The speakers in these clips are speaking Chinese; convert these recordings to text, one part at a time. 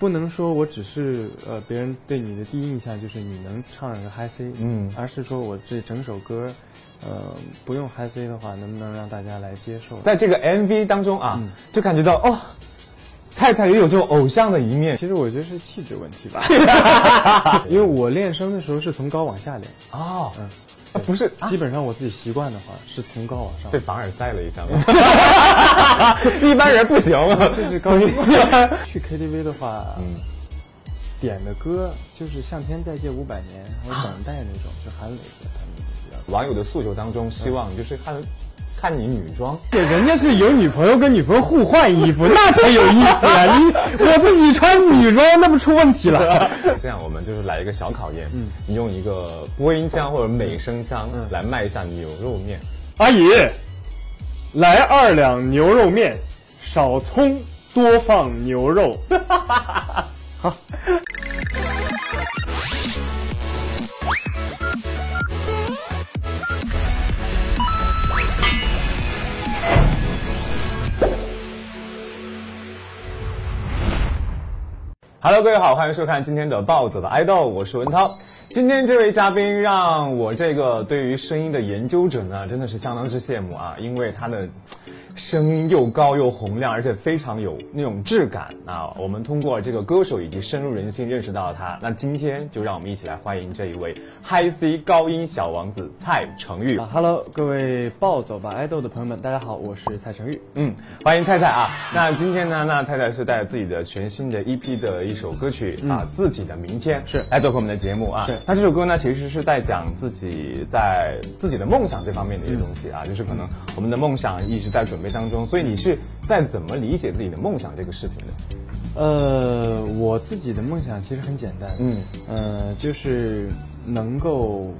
不能说我只是呃别人对你的第一印象就是你能唱一个 Hi C，嗯而是说我这整首歌，呃不用 Hi C 的话，能不能让大家来接受？在这个 MV 当中啊，就感觉到哦，菜菜也有这种偶像的一面其实我觉得是气质问题吧，因为我练声的时候是从高往下练，哦，啊不是基本上我自己习惯的话是从高往上被。凡尔赛了一下吗？ 一般人不行啊，就是高音。 去 KTV 的话，点的歌就是《向天再借五百年》还有《等待》那种，就韩磊的他们比较。网友的诉求当中，希望就是看看你女装，对，人家是有女朋友跟女朋友互换衣服， 那才有意思啊！你我自己穿女装，那不出问题了。这样我们就是来一个小考验，你用一个播音腔或者美声腔来卖一下牛肉面，阿姨，来二两牛肉面，少葱多放牛肉。 Hello，各位好，欢迎收看今天的暴走的爱豆，我是文涛。今天这位嘉宾让我这个对于声音的研究者呢，真的是相当之羡慕啊，因为他的声音又高又洪亮，而且非常有那种质感啊。我们通过这个歌手以及深入人心认识到了他。那今天就让我们一起来欢迎这一位 Hi C 高音小王子蔡成玉。啊，Hello，各位暴走吧爱豆的朋友们，大家好，我是蔡成玉。嗯，欢迎菜菜啊！那今天呢，那菜菜是带着自己的全新的 EP 的一首歌曲、啊，《自己的明天》嗯是来做客我们的节目啊。是那这首歌呢，其实是在讲自己在自己的梦想这方面的一些东西啊，嗯就是可能我们的梦想一直在准备当中，所以你是在怎么理解自己的梦想这个事情的？呃，我自己的梦想其实很简单，嗯，呃，就是能够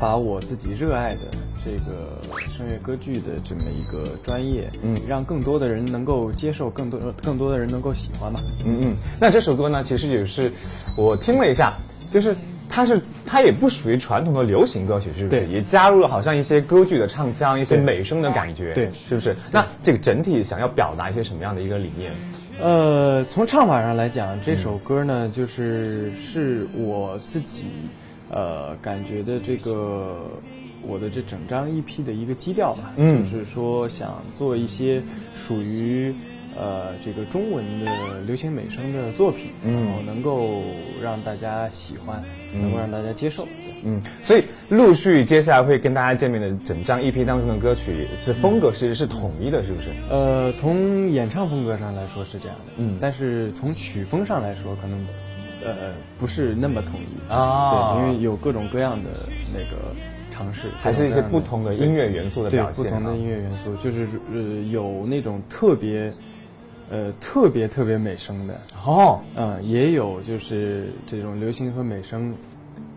把我自己热爱的这个声乐歌剧的这么一个专业，嗯让更多的人能够接受，更多更多的人能够喜欢吧。嗯嗯，那这首歌呢，其实也是我听了一下，就是它是它也不属于传统的流行歌曲，是不是？对也加入了好像一些歌剧的唱腔，一些对美声的感觉，对是不是？那这个整体想要表达一些什么样的一个理念？呃，从唱法上来讲，这首歌呢，就是是我自己，呃，感觉的这个我的这整张 EP 的一个基调吧，就嗯是说想做一些属于呃这个中文的流行美声的作品，嗯然后能够让大家喜欢，能够让大家接受。嗯，所以陆续接下来会跟大家见面的整张 EP 当中的歌曲是风格是是统一的，是不是？呃，从演唱风格上来说是这样的，嗯但是从曲风上来说，可能，呃，不是那么统一啊对，因为有各种各样的那个尝试，还是一些不同的音乐乐元素的对表不现同啊的？音乐元素，就是呃有那种特别，呃特别特别美声的，哦，嗯，也有就是这种流行和美声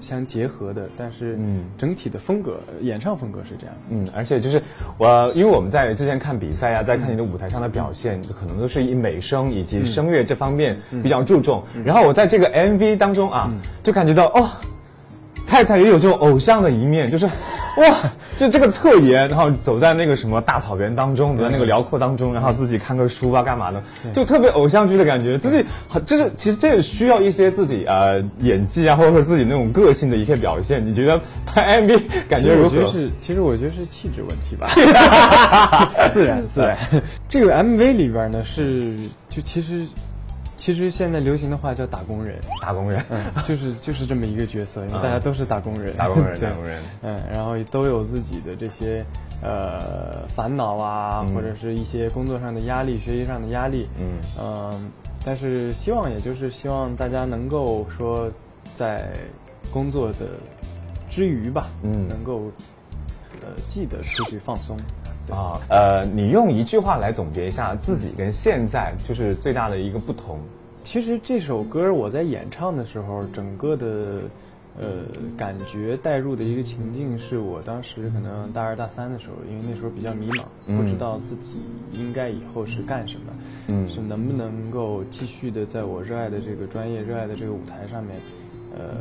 相结合的，但是嗯整体的风格，呃演唱风格是这样的。嗯，而且就是我，因为我们在之前看比赛呀、在看你的舞台上的表现，可能都是以美声以嗯及声乐这方面比较注重。然后我在这个 MV 当中嗯啊，就感觉到哦，菜菜也有这种偶像的一面，就是哇，就这个侧颜，然后走在那个什么大草原当中，走在那个辽阔当中，然后自己看个书啊，干嘛的，就特别偶像剧的感觉。自己很就是其实这也需要一些自己呃演技啊，或者说自己那种个性的一些表现。你觉得拍 MV 感其觉实如我何？觉得是，其实我觉得是气质问题 吧， 自然自然。这个 MV 里边呢是，就其实，其实现在流行的话叫打工人，打工人。嗯，就是就是这么一个角色，因为大家都是打工人，嗯打工 人，对打工人。嗯，然后都有自己的这些呃烦恼啊，嗯或者是一些工作上的压力、学习上的压力，嗯嗯、但是希望也就是希望大家能够说，在工作的之余吧，嗯能够呃记得出去放松。啊，呃，你用一句话来总结一下自己跟现在就是最大的一个不同。其实这首歌我在演唱的时候，整个的呃感觉带入的一个情境，是我当时可能大二大三的时候，因为那时候比较迷茫，嗯不知道自己应该以后是干什么，嗯是能不能够继续的在我热爱的这个专业、热爱的这个舞台上面，呃，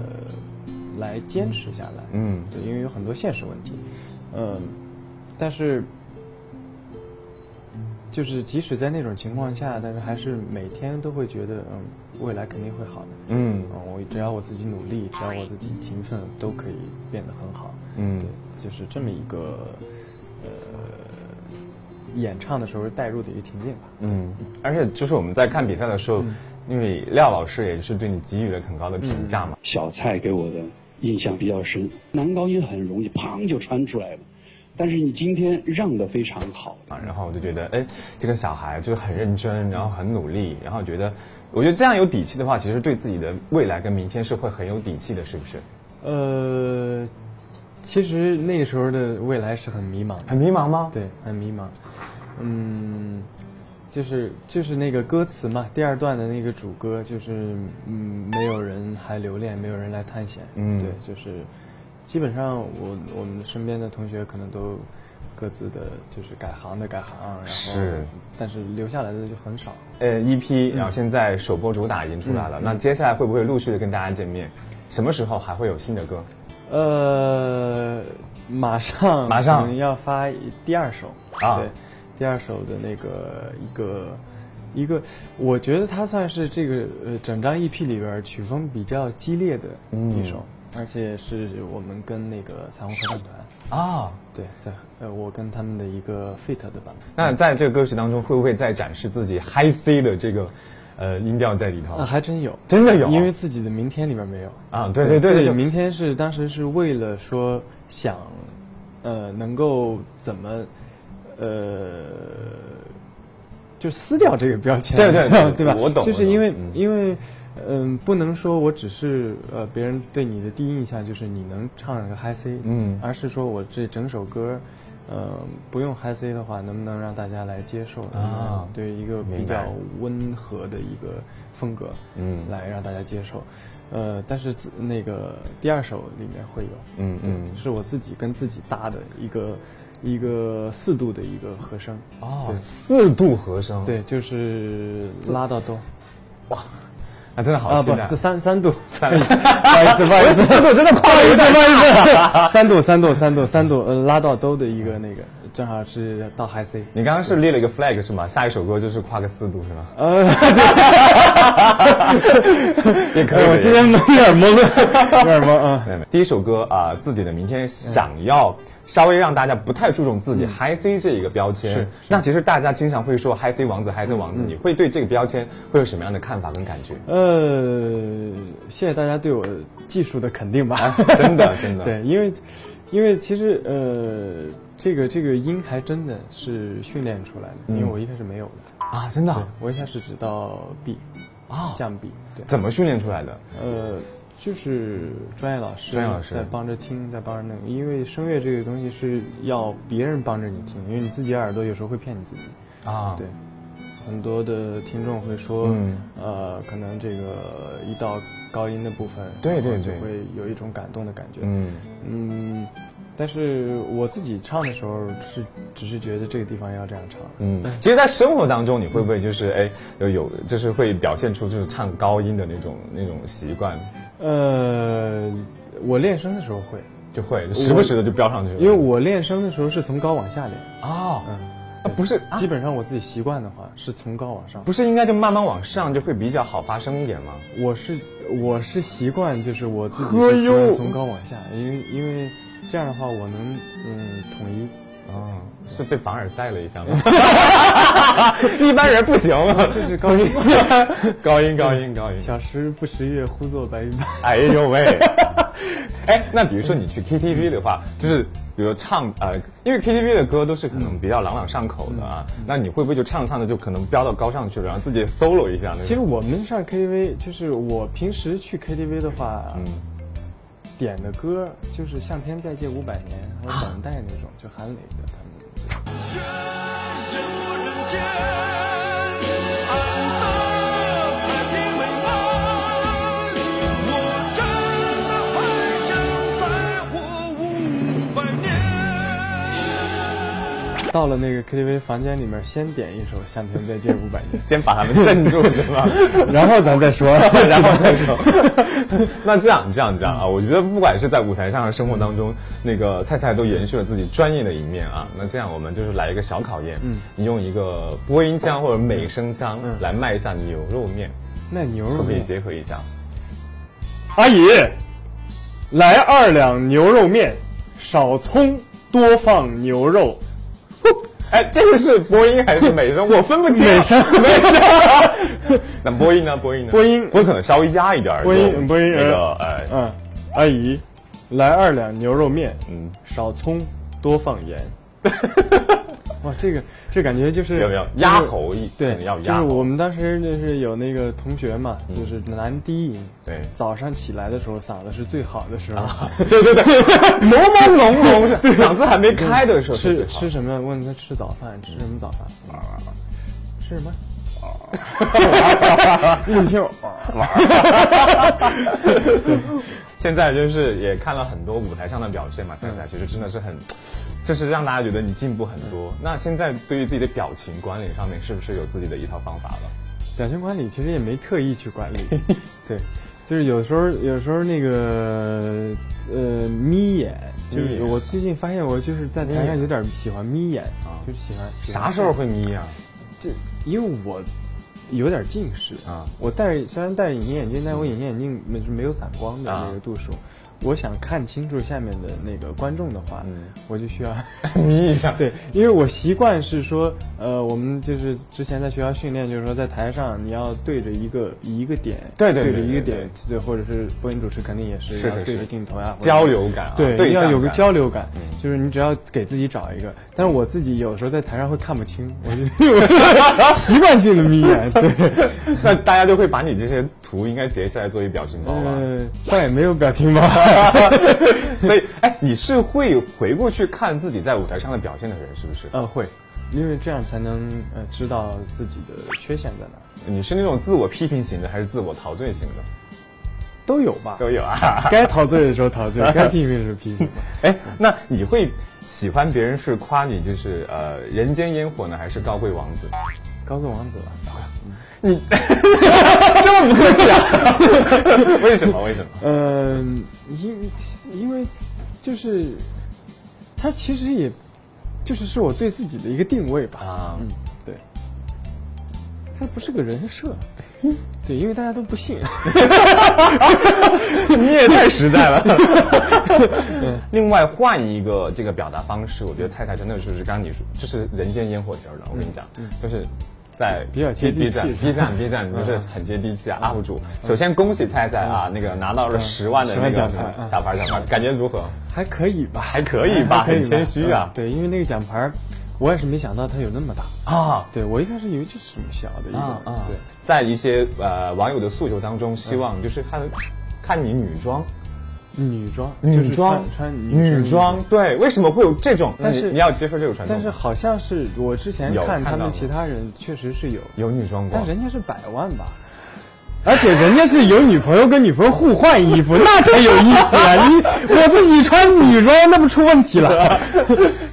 来坚持下来。嗯对，因为有很多现实问题，嗯、但是就是即使在那种情况下，但是还是每天都会觉得，嗯，未来肯定会好的。嗯嗯，我只要我自己努力，只要我自己勤奋，都可以变得很好。嗯对，就是这么一个，呃，演唱的时候带入的一个情境吧。嗯，而且就是我们在看比赛的时候，因为廖老师也是对你给予了很高的评价嘛。小蔡给我的印象比较深。男高音很容易，砰就穿出来了，但是你今天让的非常好。啊，嗯然后我就觉得，哎，这个小孩就是很认真，然后很努力，然后觉得，我觉得这样有底气的话，其实对自己的未来跟明天是会很有底气的，是不是？呃，其实那时候的未来是很迷茫的，很迷茫吗？，对，很迷茫。嗯，就是就是那个歌词嘛，第二段的那个主歌就是嗯，没有人还留恋，没有人来探险。嗯对，就是基本上我我们身边的同学可能都各自的就是改行的改行，然后是但是留下来的就很少。呃，EP，然后嗯现在首播主打已经出来了，那接下来会不会陆续的跟大家见面？什么时候还会有新的歌？呃，马上马上可能要发一第二首啊对，第二首的那个一个一个，我觉得它算是这个呃整张 EP 里边儿曲风比较激烈的嗯一首，而且是我们跟那个彩虹合唱团啊，对在呃我跟他们的一个 fit 的版本。那在这个歌曲当中，会不会再展示自己 high C 的这个呃音调在里头？啊，还真有，真的有因为自己的明天里边没有啊对对对自己对的明天是当时是为了说想，呃，能够怎么，呃，就撕掉这个标签，对对 对对吧？我懂就我是懂因为嗯因为。嗯，不能说我只是呃，别人对你的第一印象就是你能唱个嗨 C，嗯而是说我这整首歌，呃，不用嗨 C 的话，能不能让大家来接受？能不能啊对一个比明白较温和的一个风格，嗯来让大家接受。呃，但是自那个第二首里面会有，嗯对嗯是我自己跟自己搭的一个一个四度的一个和声，哦，四度和声，对，就是拉到哆啊，真的好啊，期不待。是三三 度，三，不好意思，不好意思，四度真的跨 不好意思，三度三度三度三度，呃，拉到哆的一个那个，正好是到 high C，你刚刚是立了一个 flag 是吗？下一首歌就是跨个四度是吗？呃， 也可以。哎呃我今天有点懵 了，有点懵啊。没有没有第一首歌啊、自己的明天想要稍微让大家不太注重自己 high C 这一个标签。嗯是嗯是那其实大家经常会说 high C 王子，high C 王子，你会对这个标签会有什么样的看法跟感 觉？呃，谢谢大家对我技术的肯定 吧。啊真的真的对，因为因为其实呃，这个这个音还真的是训练出来的，因为我一开始没有的，啊，真的对嗯啊我一开始只到 B 啊降 B，对，怎么训练出来的？呃。就是专业老师，专业老师在帮着听，在帮着弄，因为声乐这个东西是要别人帮着你听，因为你自己耳朵有时候会骗你自己。啊，对，很多的听众会说，嗯呃，可能这个一到高音的部分，对对然后就对会有一种感动的感觉。嗯嗯但是我自己唱的时候是只是觉得这个地方要这样唱，嗯。其实，在生活当中，你会不会就是哎有有就是会表现出就是唱高音的那种那种习惯？呃，我练声的时候会，就会时不时的就飙上去了，因为我练声的时候是从高往下练，啊，嗯，啊不是基本上我自己习惯的话是从高往上。不是应该就慢慢往上就会比较好发声一点吗？我是我是习惯，就是我自己呵是习惯哟从高往下，因为因为这样的话我能嗯统一。哦，是被凡尔赛了一下吗？ 一般人不行啊，这是高音， 高音高音高音，小时不识月，呼作白云 般。哎呦 喂！哎，那比如说你去 KTV 的话，就是比如唱呃，因为 KTV 的歌都是可能比较朗朗上口的啊，那你会不会就唱唱着就可能飙到高上去了，然后自己 solo 一下那种？其实我们上 KTV，就是我平时去 KTV 的话，嗯点的歌就是《向天再借五百年》还有《等待》那种，就韩磊的他们。人无人见，安得太平美满？我真的还想再活五百年。到了那个 KTV 房间里面，先点一首《向前再见五百年》先把他们镇住是 吧？然后咱再说。然后再说。 那这样这样这样啊，我觉得不管是在舞台上还是生活当中，那个菜菜都延续了自己专业的一面啊。那这样我们就是来一个小考验，嗯，你用一个播音腔或者美声腔来卖一下牛肉面，那牛可肉不可以面，结合一下？阿姨，来二两牛肉面，少葱多放牛肉。哎，这个是播音还是美声？我分不清。美声，美声。那播音呢？播音呢？播音播音可能稍微压一点儿。播音就播音那个哎，嗯，阿姨，来二两牛肉面，嗯，少葱多放 盐。哇，这个这感觉就是有没有就是压喉一？对可能，要就压是喉。嗯我们当时就是有那个同学嘛，就是男低音，对啊早上起来的时候嗓子是最好的时候，对对对，朦朦胧胧 的，嗓子还没开的时候是最吃好嗯吃什么？问他吃早饭，吃什么早饭？吃什么？啊 你听我，现在就是也看了很多舞台上的表现嘛，嗯看起来其实真的是很，就是让大家觉得你进步很多。嗯那现在对于自己的表情管理上面，是不是有自己的一套方法了？表情管理其实也没刻意去管 理，对，就是有时候有时候那个呃眯眼，就是眯眼我最近发现我就是在台上有点喜欢眯眼啊就是喜欢喜欢啥时候会眯啊呀、这因为我有点近视啊我戴虽然戴隐形眼镜，但我隐形眼镜没是没有散光啊的那个度数。我想看清楚下面的那个观众的话，嗯我就需 要眯一下。 对，因为我习惯是说，呃，我们就是之前在学校训练，就是说在台上你要对着一个一个点，对对对着对一个对点，对，或者是播音主持肯定也是是要是对着是镜头呀，或者交流感啊，对，要象有个感嗯交流感，就是你只要给自己找一个。但是我自己有时候在台上会看不清，我 就我 习惯性的眯眼，对，那 大家就会把你这些图应该截下来做一表情包啊吧。呃，倒也没有表 情包。所以，哎，你是会回过去看自己在舞台上的表现的人，是不是？呃，会，因为这样才能呃知道自己的缺陷在哪儿，你是那种自我批评型的，还是自我陶醉型的？都有吧。都有啊。该陶醉的时候陶 醉，该批评的时候批评。哎，那你会喜欢别人是夸你就是呃人间烟火呢，还是高贵王子？ 高贵王子吧，为什么？为什么？嗯、因因为就是他其实也就是是我对自己的一个定位吧。啊， 嗯，对，他不是个人设， 对，因为大家都不信。你也太实在了。 另外换一个这个表达方式，我觉得菜菜真的就是刚刚你说，就是人间烟火型的。我跟你讲，就是。在嗯比较接 B- 地 B 气嗯站，B 站，B 站就是很接地气啊！UP 主，首先恭喜菜菜啊，那个拿到了十万的那个10小嗯万奖牌嗯牌儿，小牌儿，感觉如何？还可以吧，还可以吧，还可以很谦虚啊嗯。对，因为那个奖牌儿，我也是没想到它有那么大。啊，对我一开始以为就是这么小的一个，啊嗯啊！对，，在一些呃网友的诉求当中，希望就是看看你女装，女装，就是女装穿穿女装，，对，为什么会有这种？但是那你你要接受这种传统但吗，是好像是我之前有看看他到们过其他人确实是有，啊有女装过但，人家是百万吧。而且人家是有女朋友跟女朋友互换衣 服，那才有意思啊！你我自己穿女装，那不出问题了？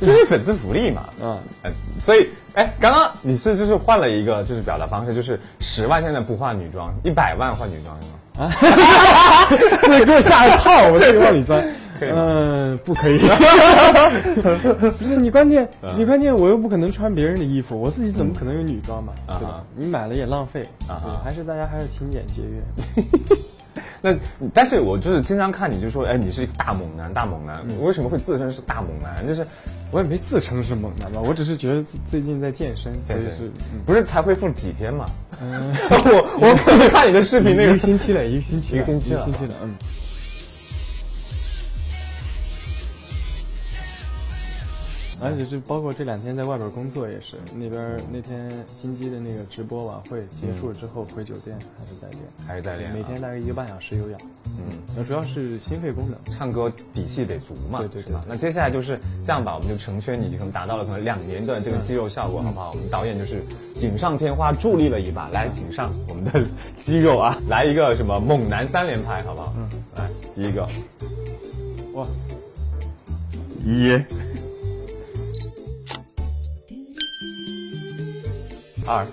就是粉丝福利嘛。嗯嗯，所以哎，刚刚你是就是换了一个就是表达方式，就是十万现在不换女装，一百万换女装是吗？这给我下一套，我这个往里钻。可以吗？嗯，不 可以。不是你关键，你关键我又不可能穿别人的衣服，我自己怎么可能有女装嘛？啊哈对吧？你买了也浪费，啊哈对还是大家还是勤俭节约。那但是我就是经常看你就说，哎，你是一个大猛男，大猛男，为什么会自称是大猛男？就是我也没自称是猛男吧，我只是觉得自最近在健身，所健以身是嗯不是才恢复几天嘛？ 我我可能看你的视频那一个个星期了，一个星期了，一个星期一了个星期了，嗯。嗯而且这包括这两天在外边工作也是，那边那天金鸡的那个直播晚会结束之后回酒店还嗯是在练，还是在练啊每天大概一个半小时有氧，嗯，主要是心肺功能。唱歌底气得足嘛，对对对是吧那接下来就是这样吧，我们就成全你，可能达到了可能两年的这个肌肉效果，好不好？嗯我们导演就是锦上添花，助力了一把，来，请上我们的 肌肉啊，来一个什么猛男三连拍，好不好？嗯，来第一个，哇，一，二。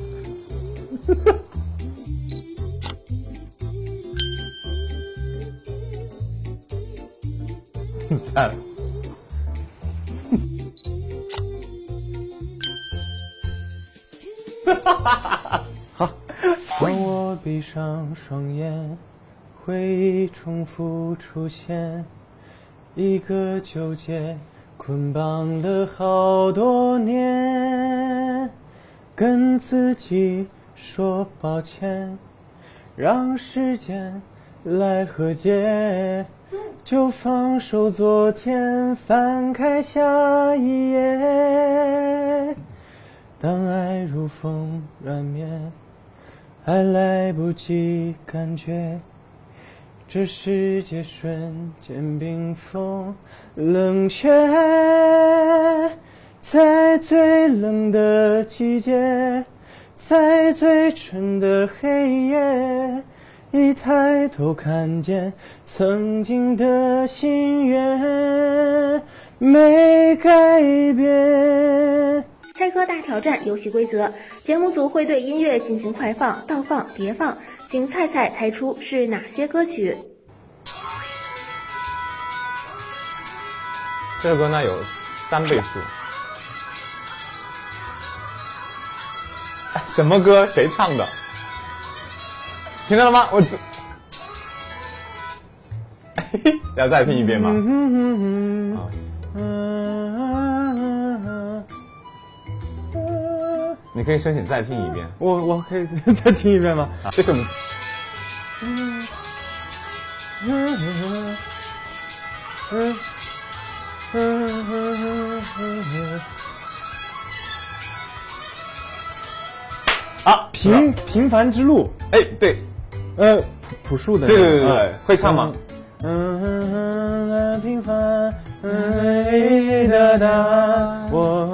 三，当我闭上双眼，回忆重复出现，一个纠结捆绑了好多年，跟自己说抱歉，让时间来和解，就放手昨天，翻开下一页，当爱如风软绵。还来不及感觉，这世界瞬间冰封冷却，在最冷的季节，在最纯的黑夜，一抬头看见曾经的心愿没改变。猜歌大挑战游戏规则：节目组会对音乐进行快放、倒放、叠放，请菜菜猜出是哪些歌曲。这首歌呢有三倍数。 什么歌？谁唱的？听到了吗？我只， 要再听一遍嗯吗？啊你可以申请再听一遍。我我可以再听一遍吗？啊这是我们啊平平凡之路，哎对呃，朴朴树的那对个，对对对对嗯，会唱吗？？嗯嗯，平凡，嗯的答，我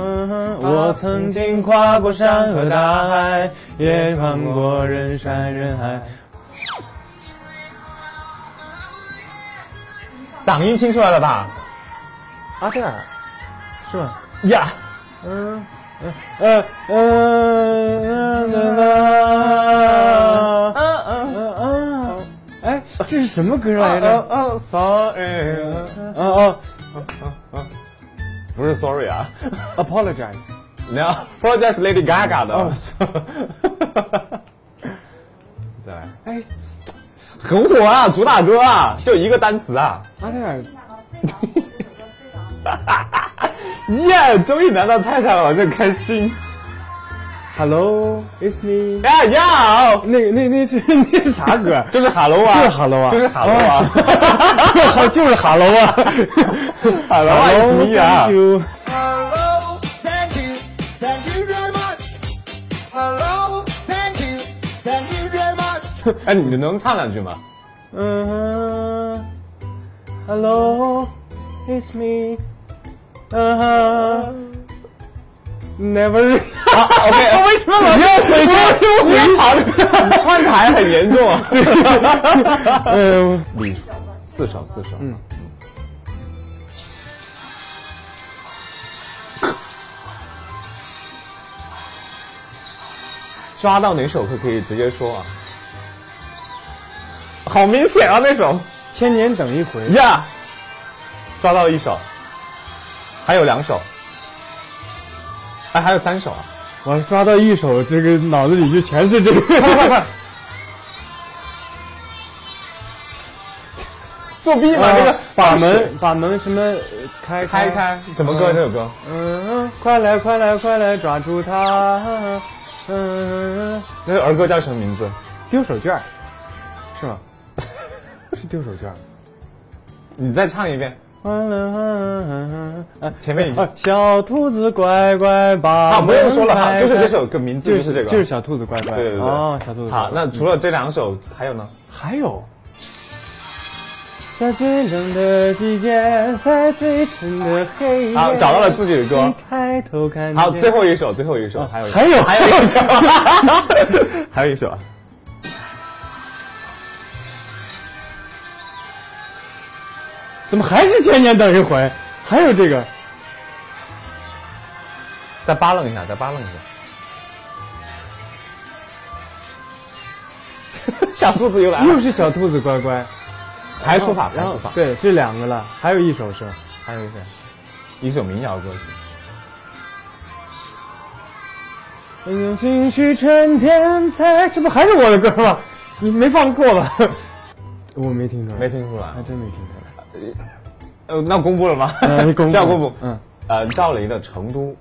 我曾经跨过山和大海，也穿过人山人海。嗓音听出来了吧？阿黛尔，是吗？呀、嗯呃呃呃呃呃呃，哎，这是什么歌来着？哦，sorry，哦哦不是 sorry 啊， ，Apologize。你要 Project Lady Gaga 的，哦 再来，哎， 很火啊，主打歌啊，就一个单词啊，阿黛尔，耶、终于拿到菜菜了，真开心， Hello，It's me。呀呀，哦那那那是那是啥歌？就是 Hello 啊，就是 Hello 啊就是哈喽啊， 好，就是 Hello 啊 Hello 啊，It's me 啊 Thank you。 Hello, thank you, thank you very much. Hello, thank you, thank you very much. 哎，你能唱两句吗？嗯，Hello，It's me。嗯哼，Never。啊，OK，为什么老要回去回航？你 串台很严重啊。呃，李叔四首四首，嗯。抓到哪首歌可以直接说啊？好明显啊，那首千年等一回。呀抓到了一首，还有两首，哎，还有三首啊！我抓到一首，这个脑子里就全是这个。 作弊嘛，那这个个呃把 门把门什么呃开开开，什么歌？嗯这首歌嗯，快来快来快来抓住他！嗯，这首儿歌叫什么名字？丢手绢儿，是 吗？是丢手绢儿。你再唱一遍，呃前面已经啊，小兔子乖乖把啊，不用说了门哈，开就是这首歌名字就就是是这个，就是小兔子乖乖。对对对哦，小兔子乖乖。好，那除了这两首，还有呢？还有，在最冷的季节，在最沉的黑夜，好，找到了自己的歌一。抬头看见。好，最后一首，最后一首，哦还有一首还有还有一 首，还有一首啊。怎么还是千年等一回？还有这个，再扒楞一下，再扒楞一下。 小兔子又哦来又了，是小兔子乖乖，排除法，排然除后法，，对，这两个了，还有一首是，还有一首，一首民谣歌曲。嗯，情绪春天才，这不还是我的歌吗？你没放错吧？ 我没听出来，没听出来还真没听出呃，那公布了吗？来。嗯，公布，这样公布。嗯，呃，赵雷的《成都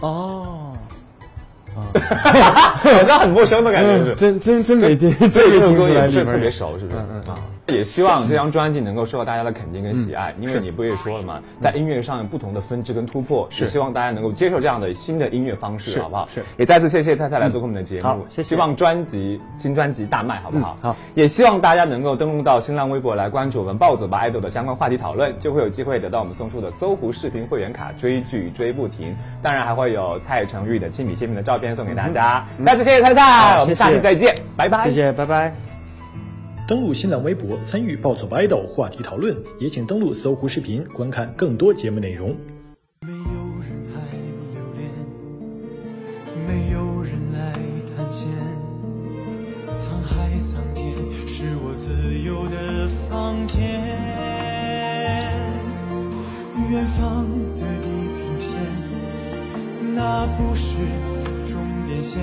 哦，》 好像很陌生的感觉是。嗯真真真没 听，对真没这首听出歌也来不里是面特别熟，是不是？嗯嗯啊，也希望这张专辑能够受到大家的肯定跟喜爱，嗯因为你不也说了嘛，在音乐上有不同的分支跟突破，也希望大家能够接受这样的新的音乐方式，好不好？是嗯也再次谢谢菜菜来做客我们的节好目，谢谢希望专辑新专辑大卖，好不好？嗯好，也希望大家能够登录到新浪微博来关注我们暴走吧爱豆的相关话题讨论，就会有机会得到我们送出的搜狐视频会员卡，追剧追不停，当然还会有蔡成玉的亲笔签名的照片送给大家。再次谢谢菜菜，嗯好我谢们谢下期再见，拜拜，谢谢，拜拜。登录新浪微博参与暴走吧 idol 话题讨论，也请登录搜狐视频观看更多节目内容。没有人爱留恋，没有人来探险。沧海桑田是我自由的房间，远方的地平线，那不是终点线，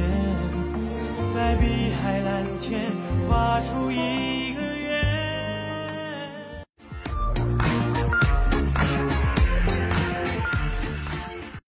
在碧海蓝天画出一个。